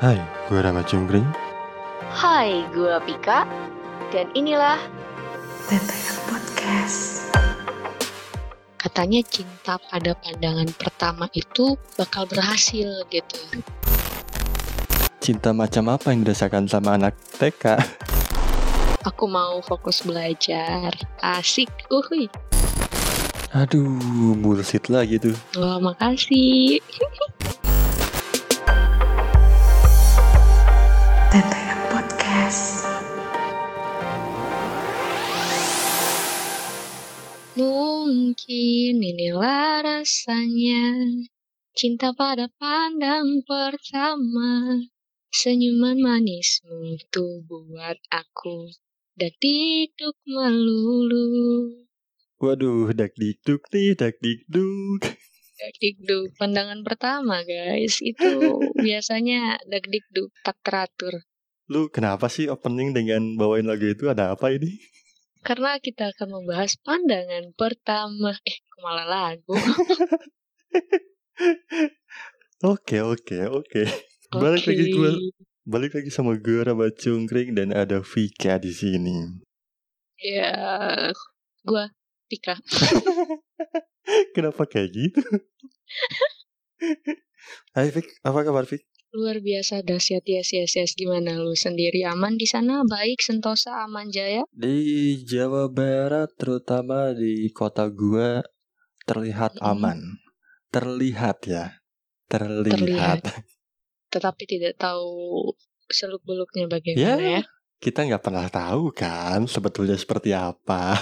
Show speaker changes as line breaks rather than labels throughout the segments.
Hai, gue Rama Jungkring.
Hai, gue Pika dan inilah
TTM Podcast.
katanya cinta pada pandangan pertama itu bakal berhasil gitu.
Cinta macam apa yang dirasakan sama anak TK?
Aku mau fokus belajar. Asik. Uhuy.
Aduh, bullshit lagi tuh.
Wah, makasih.
TTM Podcast.
Mungkin inilah rasanya cinta pada pandang pertama. Senyuman manismu tuh buat aku dan diduk melulu.
Waduh, dak dikduk nih, dak dikduk.
Dagdikduk pandangan pertama guys itu biasanya dagdikduk tak teratur
Lu kenapa sih opening dengan bawain lagu itu ada apa ini?
karena kita akan membahas pandangan pertama eh kok malah lagu
Oke, oke, oke.
Oke.
Balik lagi gue, balik lagi sama gue Rama Jungkring dan ada Vika di sini.
ya gua Tika
Kenapa kayak gitu? Hai Vik, apa kabar Vik?
luar biasa dahsyat yes yes yes gimana lu sendiri aman di sana baik sentosa aman jaya
Di Jawa Barat terutama di kota gua terlihat
Mm-mm.
aman. Terlihat ya. Terlihat.
Terlihat. tetapi tidak tahu seluk beluknya
Ya.
bagaimana ya
Kita nggak pernah tahu kan sebetulnya seperti apa.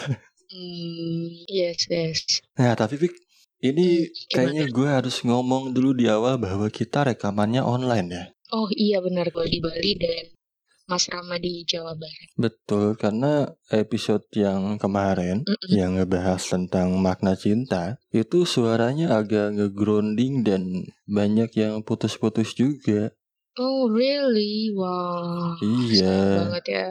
hmm, yes yes
Nah, tapi Vic, ini
Hmm, gimana?
kayaknya gua harus ngomong dulu di awal bahwa kita rekamannya online ya.
oh iya benar gua di Bali dan Mas Rama di Jawa Barat
Betul, karena episode yang kemarin
Mm-mm.
yang ngebahas tentang makna cinta itu suaranya agak ngegrounding dan banyak yang putus-putus juga.
Oh really? Wah.
Iya.
sayang banget ya.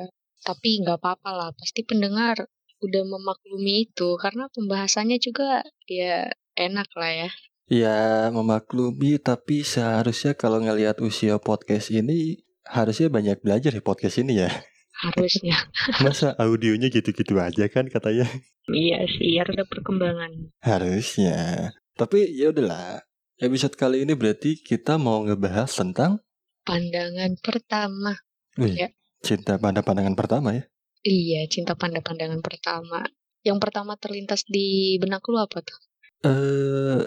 Tapi nggak apa-apa lah. Pasti pendengar udah memaklumi itu karena pembahasannya juga ya enak lah ya.
Ya memaklumi tapi seharusnya kalau ngelihat usia podcast ini harusnya banyak belajar di podcast ini ya.
Harusnya.
Masa audionya gitu-gitu aja kan katanya.
iya sih. Harus ada perkembangan.
Harusnya. Tapi ya udahlah. Episode kali ini berarti kita mau ngebahas tentang
Pandangan pertama.
Wih,
Ya.
cinta pada pandangan pertama ya.
Iya. Cinta pada pandangan pertama. Yang pertama terlintas di benak lu apa tuh?
Eh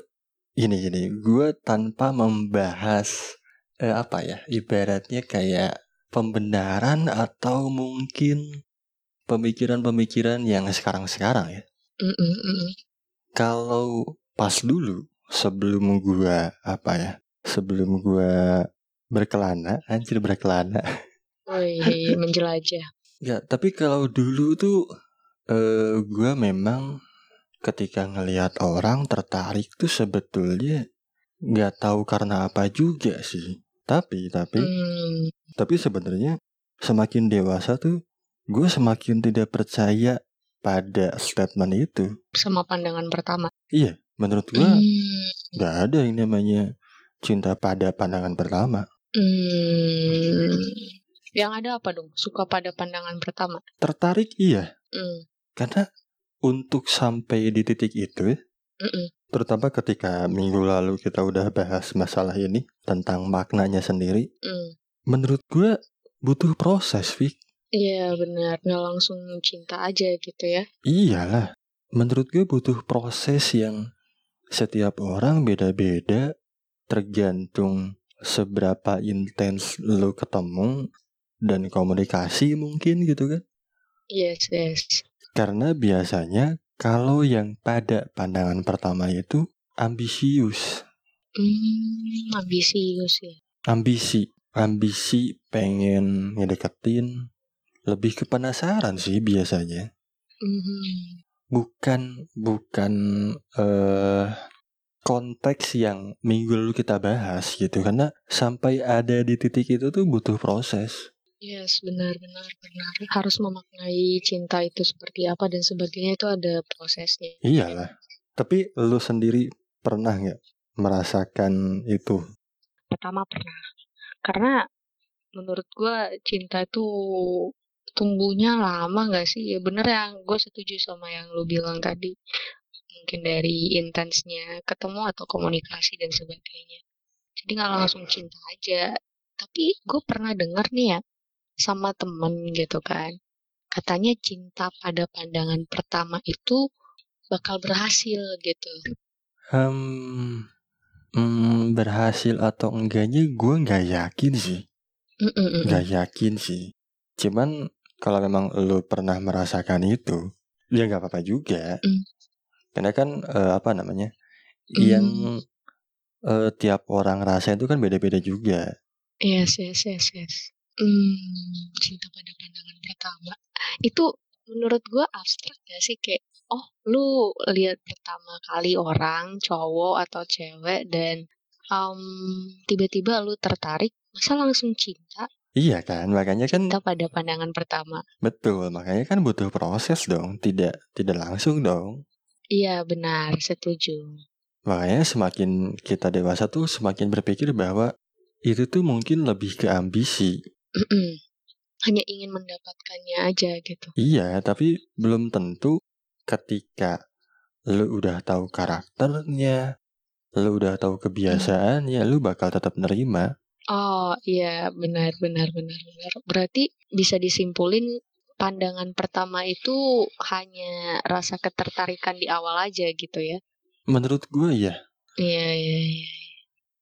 ini ini gue tanpa membahas eh, apa ya ibaratnya kayak pembenaran atau mungkin pemikiran-pemikiran yang sekarang-sekarang ya.
Mm-mm-mm.
kalau pas dulu sebelum gua apa ya sebelum gua berkelana anjir berkelana
Wih, menjelajah.
ya tapi kalau dulu tuh eh gua memang ketika ngelihat orang tertarik tuh sebetulnya nggak tahu karena apa juga sih tapi tapi
Hmm.
tapi sebenarnya semakin dewasa tuh gue semakin tidak percaya pada statement itu
Sama pandangan pertama.
menurut gua
Hmm.
nggak ada yang namanya cinta pada pandangan pertama
Hmm. Yang ada apa dong? Suka pada pandangan pertama.
tertarik iya
Hmm.
karena untuk sampai di titik itu
Mm-mm.
terutama ketika minggu lalu kita udah bahas masalah ini tentang maknanya sendiri
Mm.
menurut gua butuh proses Vic
Iya benar, nggak langsung cinta aja gitu ya.
iyalah menurut gue butuh proses yang setiap orang beda-beda tergantung seberapa intens lo ketemu dan komunikasi mungkin gitu kan
Yes, yes.
Karena biasanya kalau yang pada pandangan pertama itu ambisius,
Hmm, ambisius ya.
ambisi, ambisi pengen ngedeketin, lebih ke penasaran sih biasanya.
Mhm.
Bukan bukan eh konteks yang minggu lalu kita bahas gitu karena sampai ada di titik itu tuh butuh proses.
Yes, benar, benar, benar. Harus memaknai cinta itu seperti apa dan sebagainya itu ada prosesnya.
Iyalah. Tapi lu sendiri pernah nggak merasakan itu?
Pertama pernah, karena menurut gua cinta tuh tumbuhnya lama nggak sih? Ya bener yang gue setuju sama yang lu bilang tadi. Mungkin dari intensnya ketemu atau komunikasi dan sebagainya. Jadi nggak langsung cinta aja. Tapi gue pernah denger nih ya sama temen gitu kan. Katanya cinta pada pandangan pertama itu bakal berhasil gitu.
Hmm, hmm, berhasil atau enggaknya gue nggak yakin sih.
Mm-mm-mm.
Nggak yakin sih. Cuman kalau memang lo pernah merasakan itu, ya nggak apa-apa juga.
Mm.
Karena kan eh, apa namanya
Mm.
yang eh, tiap orang rasain itu kan beda-beda juga.
Yes, yes, yes, yes. Hmm, iya cinta pada pandangan pertama. Itu menurut gua abstrak gak sih? Kayak, oh lu lihat pertama kali orang, cowok atau cewek, dan um, tiba-tiba lu tertarik, masa langsung cinta?
Iya kan, makanya kan
Cinta pada pandangan pertama.
betul, makanya kan butuh proses dong, tidak tidak langsung dong.
Iya, benar, setuju.
Makanya semakin kita dewasa tuh semakin berpikir bahwa itu tuh mungkin lebih ke ambisi.
Hanya ingin mendapatkannya aja gitu.
Iya, tapi belum tentu ketika lu udah tahu karakternya, lu udah tahu kebiasaannya, lu bakal tetap nerima.
Oh iya benar benar benar benar. Berarti bisa disimpulin pandangan pertama itu hanya rasa ketertarikan di awal aja gitu ya?
Menurut gue ya,
Iya iya. iya.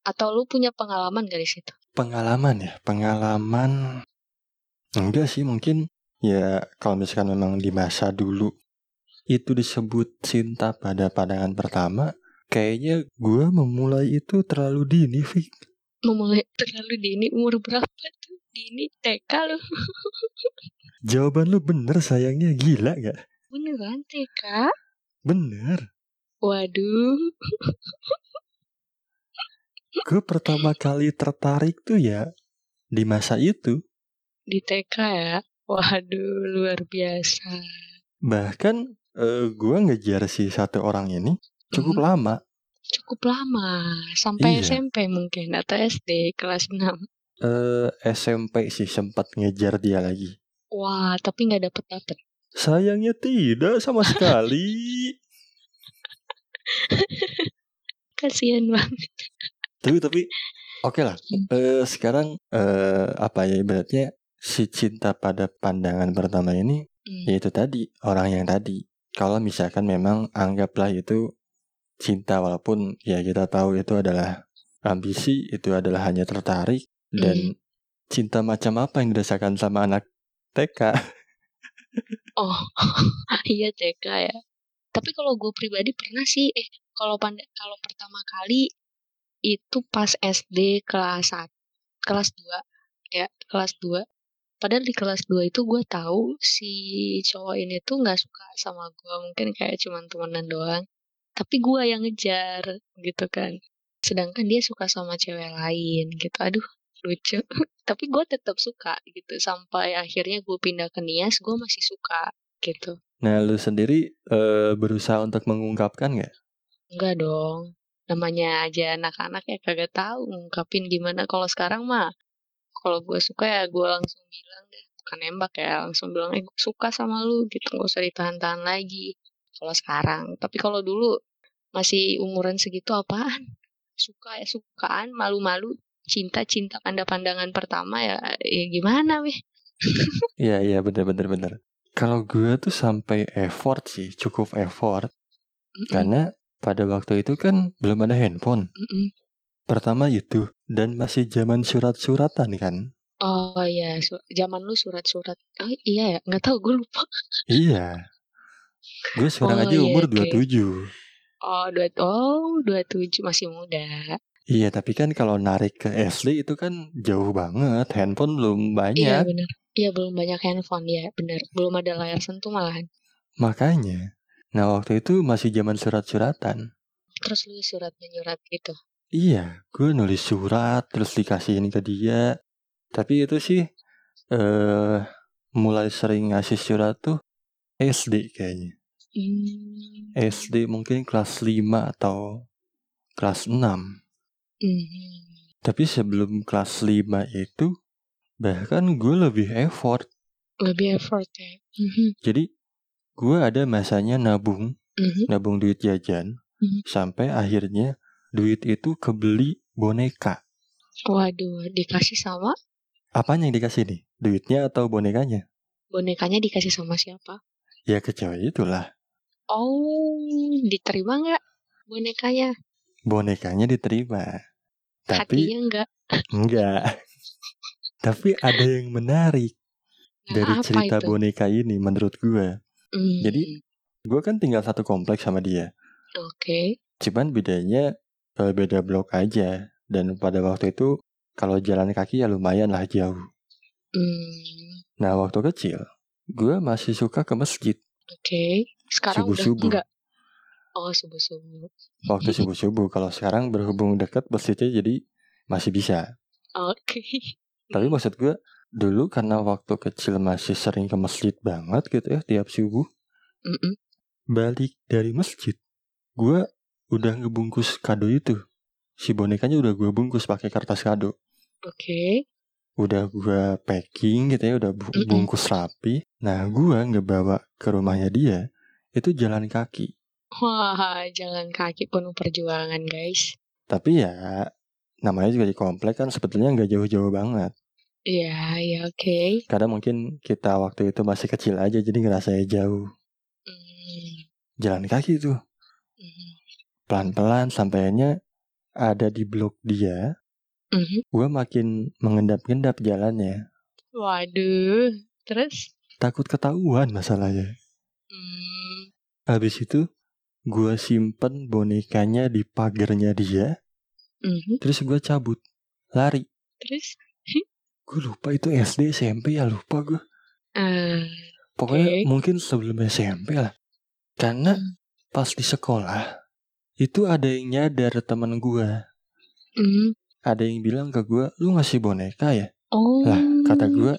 Atau lu punya pengalaman gak di situ?
pengalaman ya, pengalaman enggak sih mungkin ya kalau misalkan memang di masa dulu itu disebut cinta pada pandangan pertama, kayaknya gue memulai itu terlalu dini, Fik.
Memulai terlalu dini umur berapa tuh? Dini TK lu?
Jawaban lu bener sayangnya gila gak?
Beneran TK?
Bener.
Waduh.
Gue pertama kali tertarik tuh ya di masa itu.
Di TK ya? Waduh luar biasa.
Bahkan eh, gue ngejar si satu orang ini cukup
Mhm.
lama.
Cukup lama. Sampai
Iya.
SMP mungkin atau SD kelas 6.
Eh, SMP sih sempat ngejar dia lagi.
Wah tapi nggak dapet dapet.
Sayangnya tidak sama sekali.
Kasihan banget.
tapi tapi oke lah. Eh, sekarang eh, apa ya ibaratnya si cinta pada pandangan pertama ini
Hmm.
yaitu Ya, tadi orang yang tadi. Kalau misalkan memang anggaplah itu cinta walaupun ya kita tahu itu adalah ambisi, itu adalah hanya tertarik dan cinta macam apa yang dirasakan sama anak TK.
Oh, iya TK ya. Tapi kalau gue pribadi pernah sih, eh kalau panda- kalau pertama kali itu pas SD kelas 1, kelas 2 ya, kelas 2. Padahal di kelas 2 itu gue tahu si cowok ini tuh nggak suka sama gue, mungkin kayak cuman temenan doang. Tapi gue yang ngejar gitu kan. Sedangkan dia suka sama cewek lain gitu. Aduh, lucu. Tapi gue tetap suka gitu sampai akhirnya gue pindah ke Nias, gue masih suka gitu.
Nah, lu sendiri eh, berusaha untuk mengungkapkan nggak?
Enggak dong. Namanya aja anak-anak ya kagak tahu ngungkapin gimana kalau sekarang mah. Kalau gue suka ya gue langsung bilang deh. Bukan nembak ya, langsung bilang, eh gue suka sama lu gitu. Gak usah ditahan-tahan lagi. Kalau sekarang. Tapi kalau dulu masih umuran segitu apaan? Suka ya sukaan, malu-malu. Cinta-cinta pandang-pandangan pertama ya, ya gimana weh.
Iya, iya bener bener bener. Kalau gue tuh sampai effort sih, cukup effort
Mm-mm,
karena pada waktu itu kan belum ada handphone.
mm-mm.
Pertama itu dan masih zaman surat-suratan kan.
Oh iya, su- zaman lu surat-surat. Oh iya ya, nggak tahu gue lupa.
Iya. Gue sekarang
Oh,
aja
iya,
umur
oke.
27.
Oh, dua oh, 27 masih muda.
Iya, tapi kan kalau narik ke SD itu kan jauh banget. Handphone belum
Iya
banyak.
benar. Iya belum banyak handphone ya, benar. Belum ada layar sentuh malahan.
Makanya. Nah, waktu itu masih zaman surat-suratan.
Terus lu surat menyurat gitu.
Iya, gue nulis surat terus dikasihin ke dia. Tapi itu sih eh mulai sering ngasih surat tuh SD kayaknya.
Hmm.
SD mungkin kelas 5 atau kelas 6.
Mhm.
Tapi sebelum kelas 5 itu bahkan gue lebih effort
lebih effort ya Mhm,
jadi gue ada masanya nabung
mhm.
nabung duit jajan
Mhm.
sampai akhirnya duit itu kebeli boneka
waduh dikasih sama
apanya yang dikasih nih duitnya atau bonekanya
bonekanya dikasih sama siapa
ya kecewa itulah
oh diterima nggak bonekanya
bonekanya diterima tapi
hatinya nggak
enggak tapi ada yang menarik
Nah,
dari
apa
cerita
itu?
boneka ini menurut gue
Hmm,
jadi- gue kan tinggal satu kompleks sama dia
oke
Cuman bedanya eh, beda blok aja. Dan pada waktu itu kalau jalan kaki ya lumayan lah jauh.
Hmm,
Nah waktu kecil gue masih suka ke masjid
oke sekarang udah
Subuh-subuh.
enggak oh subuh subuh
waktu subuh subuh. Kalau sekarang berhubung dekat masjidnya jadi masih bisa.
oke
Tapi maksud gue dulu karena waktu kecil masih sering ke masjid banget gitu ya tiap subuh
Mm-mm.
balik dari masjid gue udah ngebungkus kado itu si bonekanya udah gue bungkus pakai kertas kado
oke
udah gua packing gitu ya udah bu-
Mm-mm.
bungkus rapi nah gua ngebawa ke rumahnya dia itu jalan kaki
Wah, jalan kaki penuh perjuangan, guys.
tapi ya namanya juga di komplek kan sebetulnya nggak jauh-jauh banget
Iya, ya oke.
kadang mungkin kita waktu itu masih kecil aja jadi ngerasanya jauh
Hmm,
jalan kaki tuh
mhm,
pelan-pelan sampainya ada di blok dia
mhm.
gua makin mengendap-endap jalannya
Waduh, terus?
takut ketahuan masalahnya
Hmm,
habis itu gua simpen bonekanya di pagernya dia
mhm,
Terus gue cabut Lari
terus?
Gue lupa itu SD SMP ya lupa gue
Ah,
Pokoknya
Oke.
mungkin sebelum SMP lah Karena
Hmm.
pas di sekolah Itu ada yang nyadar temen gue
hmm.
Ada yang bilang ke gue Lu ngasih boneka ya?
Oh.
Lah kata gue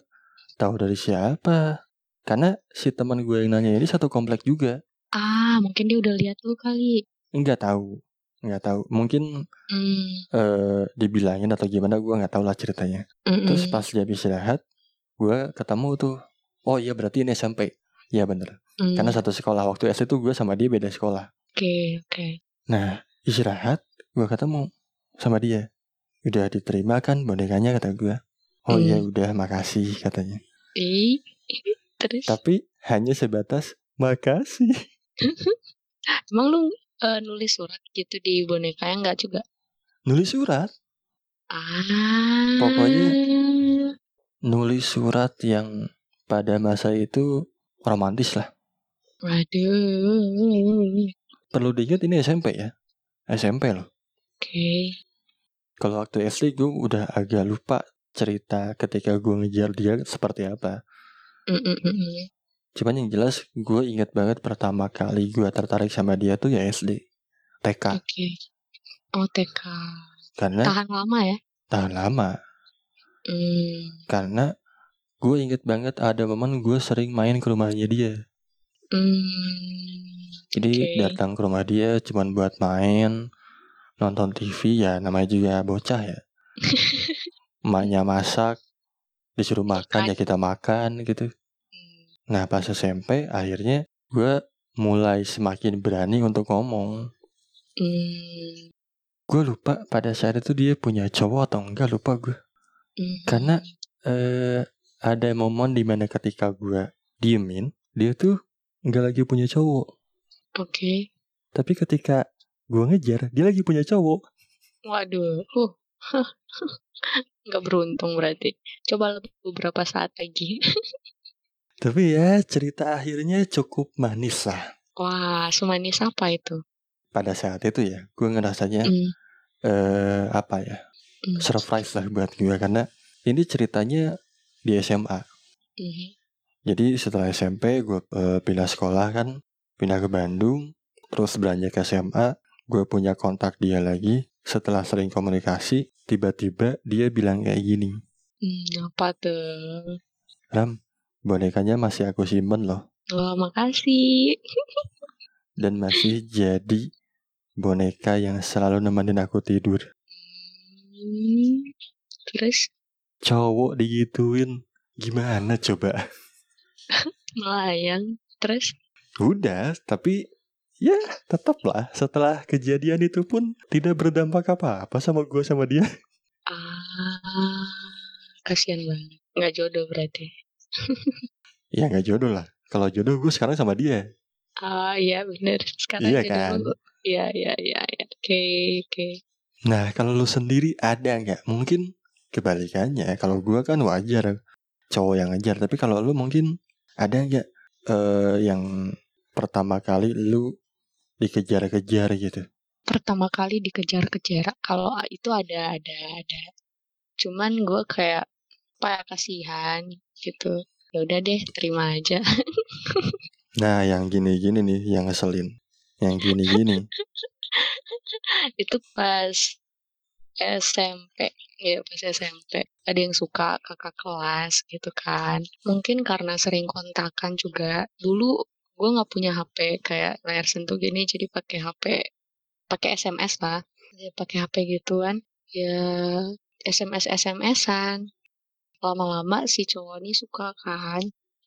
tahu dari siapa? Karena si teman gue yang nanya ini satu komplek juga
Ah, mungkin dia udah lihat lu kali.
Enggak tahu Enggak tahu Mungkin
Hmm,
eh, dibilangin atau gimana gue nggak tahu lah ceritanya
mm-mm.
Terus pas dia habis istirahat, gue ketemu tuh. Oh iya berarti ini SMP. Iya bener.
Hmm,
Karena satu sekolah waktu SD tuh gue sama dia beda sekolah.
Oke, oke.
Nah istirahat, gue ketemu sama dia. Udah diterima kan bonekanya kata gue. Oh iya
Hmm.
udah makasih katanya.
Ih, terus?
Tapi hanya sebatas makasih.
Emang lu eh, nulis surat gitu di bonekanya nggak juga?
Nulis surat.
Ah.
Pokoknya- Nulis surat yang pada masa itu romantis lah.
Waduh.
Perlu diingat ini SMP ya. SMP loh.
Oke.
Kalau waktu SD gue udah agak lupa cerita ketika gue ngejar dia seperti apa.
Mm, Mm-mm-mm.
Cuman yang jelas gue ingat banget pertama kali gue tertarik sama dia tuh ya SD. TK.
Oke. Oh, TK.
Karena
Tahan lama ya?
tahan lama.
Hmm.
Karena gue inget banget ada momen gue sering main ke rumahnya dia.
Hmm.
Jadi
Oke.
datang ke rumah dia cuman buat main, nonton TV ya namanya juga bocah ya. Emaknya masak, disuruh makan ya kita makan gitu.
Hmm.
Nah pas SMP akhirnya gue mulai semakin berani untuk ngomong.
Hmm.
Gue lupa pada saat itu dia punya cowok atau enggak lupa gue.
Hmm.
Karena eh, ada momen dimana ketika gue diemin dia tuh nggak lagi punya cowok.
Oke.
Tapi ketika gue ngejar dia lagi punya cowok.
Waduh. Huh. Nggak beruntung berarti. Coba lebih beberapa saat lagi.
Tapi ya cerita akhirnya cukup manis lah.
Wah, semanis apa itu?
Pada saat itu ya gue ngerasanya
Hmm.
eh apa ya
Hmm.
surprise lah buat gue karena ini ceritanya di SMA.
Mhm.
Jadi setelah SMP gue pindah sekolah kan, pindah ke Bandung, terus beranjak ke SMA, gue punya kontak dia lagi. Setelah sering komunikasi, tiba-tiba dia bilang kayak gini,
Hmm, apa tuh?
Ram, bonekanya masih aku simpen loh,
Wah, makasih.
dan masih jadi boneka yang selalu nemenin aku tidur.
Hmm. Terus?
cowok digituin gimana coba
melayang terus
udah tapi ya tetaplah setelah kejadian itu pun tidak berdampak apa-apa sama gua sama dia
ah kasihan banget nggak jodoh berarti
ya nggak jodoh lah kalau jodoh gue sekarang sama dia
ah iya bener sekarang
Iya
jadi
kan?
dulu. iya iya iya iya. oke oke
Nah, kalau lu sendiri ada nggak? Mungkin kebalikannya. Kalau gua kan wajar cowok yang ngejar, tapi kalau lu mungkin ada nggak eh, yang pertama kali lu dikejar-kejar gitu?
pertama kali dikejar-kejar kalau itu ada ada ada cuman gue kayak kayak kasihan gitu ya udah deh terima aja
Nah, yang gini-gini nih, yang ngeselin. Yang gini-gini.
itu pas SMP ya pas SMP ada yang suka kakak kelas gitu kan mungkin karena sering kontakan juga dulu gue nggak punya HP kayak layar sentuh gini jadi pakai HP pakai SMS lah Ya, pakai HP gituan ya SMS SMS-an lama-lama si cowok ini suka kan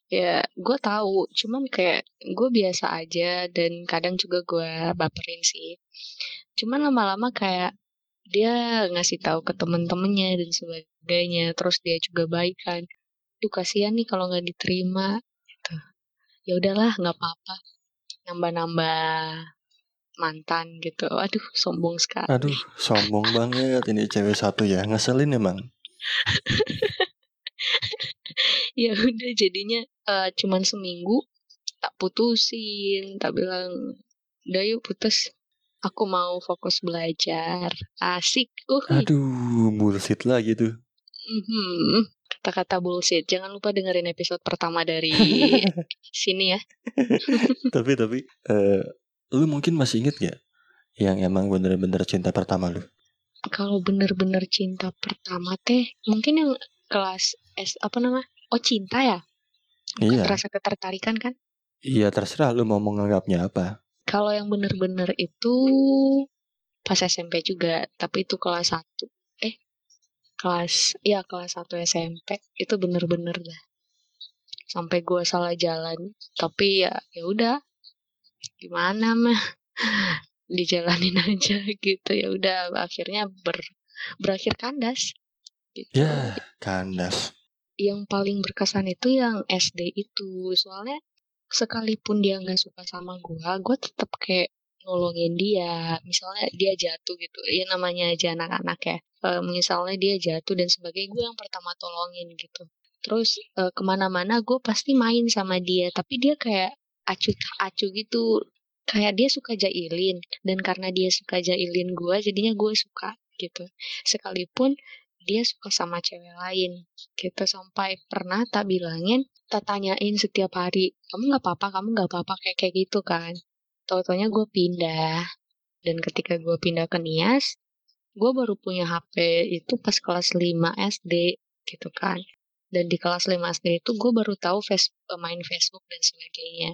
ya gue tahu cuman kayak gue biasa aja dan kadang juga gue baperin sih cuman lama-lama kayak dia ngasih tahu ke temen-temennya dan sebagainya terus dia juga baik kan Duh kasihan nih kalau nggak diterima gitu. ya udahlah nggak apa-apa nambah-nambah mantan gitu aduh sombong sekali
Aduh, sombong banget ini cewek satu ya. Ngeselin emang.
ya udah jadinya eh, cuman seminggu tak putusin tak bilang udah yuk putus aku mau fokus belajar asik uhuy.
Aduh, bullshit lah gitu.
Mhm. Kata-kata bullshit. Jangan lupa dengerin episode pertama dari sini ya.
tapi tapi eh, lu mungkin masih inget gak yang emang bener-bener cinta pertama lu?
Kalau bener-bener cinta pertama teh, mungkin yang kelas S apa nama? Oh cinta ya?
Iya.
Rasa ketertarikan kan?
Iya terserah lu mau menganggapnya apa.
Kalau yang bener-bener itu pas SMP juga, tapi itu kelas 1. Eh, kelas, ya kelas 1 SMP. Itu bener-bener dah. Sampai gua salah jalan. Tapi ya ya udah. Gimana mah? Dijalanin aja gitu. Ya udah akhirnya ber, berakhir kandas. Gitu
Ya kandas.
yang paling berkesan itu yang SD itu soalnya sekalipun dia nggak suka sama gua gua tetap kayak nolongin dia misalnya dia jatuh gitu ya namanya aja anak-anak ya E, misalnya dia jatuh dan sebagainya gue yang pertama tolongin gitu terus e, kemana-mana gue pasti main sama dia tapi dia kayak acu acu gitu kayak dia suka jailin dan karena dia suka jailin gua jadinya gue suka gitu sekalipun dia suka sama cewek lain gitu sampai pernah tak bilangin tak tanyain setiap hari kamu nggak apa-apa kamu nggak apa-apa kayak kayak gitu kan tau-taunya gue pindah dan ketika gue pindah ke Nias gue baru punya HP itu pas kelas 5 SD gitu kan dan di kelas 5 SD itu gue baru tahu face, e, main Facebook dan sebagainya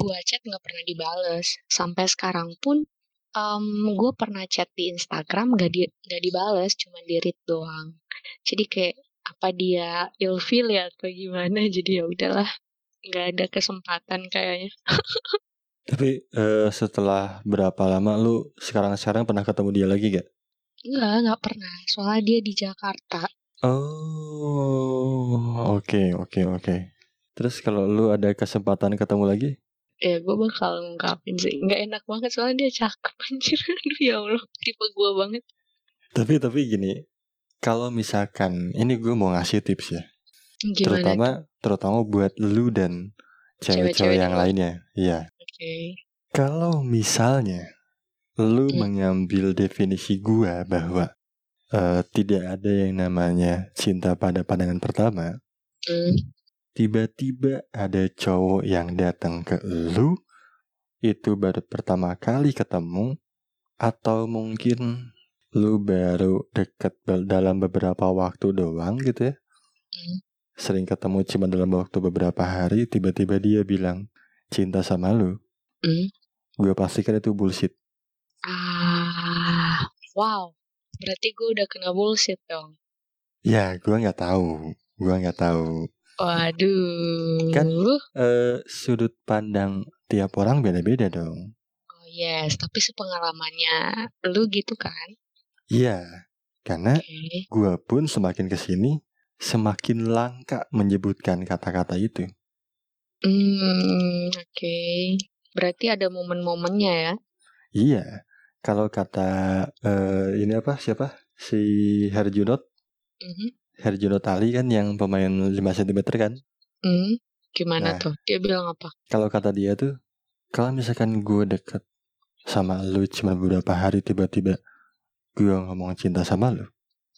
gue chat nggak pernah dibales sampai sekarang pun gue pernah chat di Instagram gak di nggak dibales cuman di read doang jadi kayak apa dia ilfil ya atau gimana jadi ya udahlah nggak ada kesempatan kayaknya
Tapi eh, setelah berapa lama lu sekarang-sekarang pernah ketemu dia lagi gak?
nggak nggak pernah soalnya dia di Jakarta
Oh oke oke oke. Terus kalau lu ada kesempatan ketemu lagi?
ya gue bakal ngungkapin sih nggak enak banget soalnya dia cakep anjir aduh ya allah tipe gue banget
Tapi tapi gini, kalau misalkan ini gue mau ngasih tips ya,
gimana
terutama terutama buat lu dan
Cewek-cewek
cewek-cewek yang
juga.
lainnya. Iya.
oke
Kalau misalnya lu
Hmm.
mengambil definisi gua bahwa eh, tidak ada yang namanya cinta pada pandangan pertama,
Hmm.
tiba-tiba ada cowok yang datang ke lu itu baru pertama kali ketemu atau mungkin lu baru deket be- dalam beberapa waktu doang gitu ya
Hmm.
sering ketemu cuma dalam waktu beberapa hari tiba-tiba dia bilang cinta sama lu
Hmm.
gue pastikan itu bullshit
ah wow berarti gue udah kena bullshit dong
Ya, gua nggak tahu. Gua nggak tahu.
Waduh.
Kan-
Oh
Eh, sudut pandang tiap orang beda-beda dong.
yes, tapi sepengalamannya lu gitu kan?
Iya, karena
Oke.
gua pun semakin kesini semakin langka menyebutkan kata-kata itu.
Hmm, oke. Berarti ada momen-momennya ya?
Iya, kalau kata eh, ini apa siapa si Herjunot
Mhm.
Herjunot Ali kan yang pemain 5 cm kan?
Hmm,
Nah.
Gimana tuh? Dia bilang apa?
Kalau kata dia tuh, kalau misalkan gue deket sama lu cuma beberapa hari tiba-tiba gue ngomong cinta sama lu,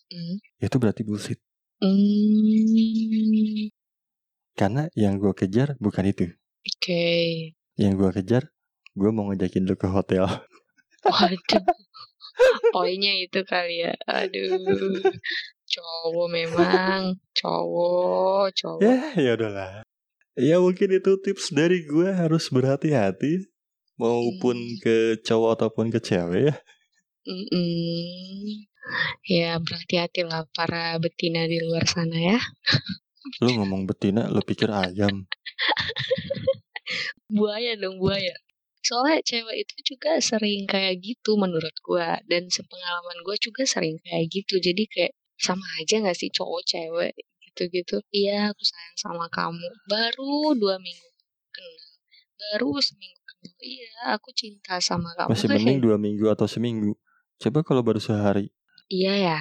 Hmm.
itu berarti bullshit.
Hmm,
Karena yang gue kejar bukan itu.
Oke.
Yang gue kejar, gue mau ngejakin lu ke hotel.
Waduh. Poinnya itu kali ya. Aduh. Cowok memang. Cowok. Cowok.
ya, ya udahlah. Ya mungkin itu tips dari gue harus berhati-hati maupun
Hmm.
ke cowok ataupun ke cewek ya.
Mm-mm. Ya berhati-hatilah para betina di luar sana ya.
Lu ngomong betina, lu pikir ayam.
buaya dong buaya soalnya cewek itu juga sering kayak gitu menurut gua dan sepengalaman gua juga sering kayak gitu jadi kayak sama aja nggak sih cowok cewek gitu gitu iya aku sayang sama kamu baru dua minggu kenal baru seminggu kenal iya aku cinta sama kamu
Masih
Hehe.
mending dua minggu atau seminggu. Coba kalau baru sehari,
iya ya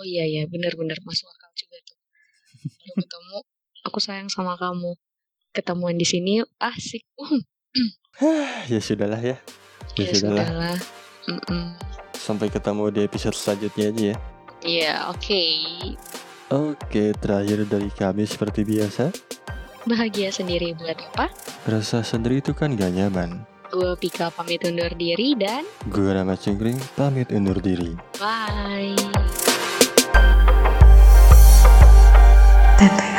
oh iya ya bener-bener masuk akal juga tuh baru ketemu aku sayang sama kamu ketemuan di sini yuk. asik
ya sudahlah ya. Ya,
ya
sudahlah.
sudahlah Mm-mm.
Sampai ketemu di episode selanjutnya aja ya.
Iya, oke.
Oke, terakhir dari kami seperti biasa.
Bahagia sendiri buat apa?
Rasa sendiri itu kan gak nyaman.
Gue Pika pamit undur diri dan
Gue Rama Cengkring, pamit undur diri.
bye.
Teteh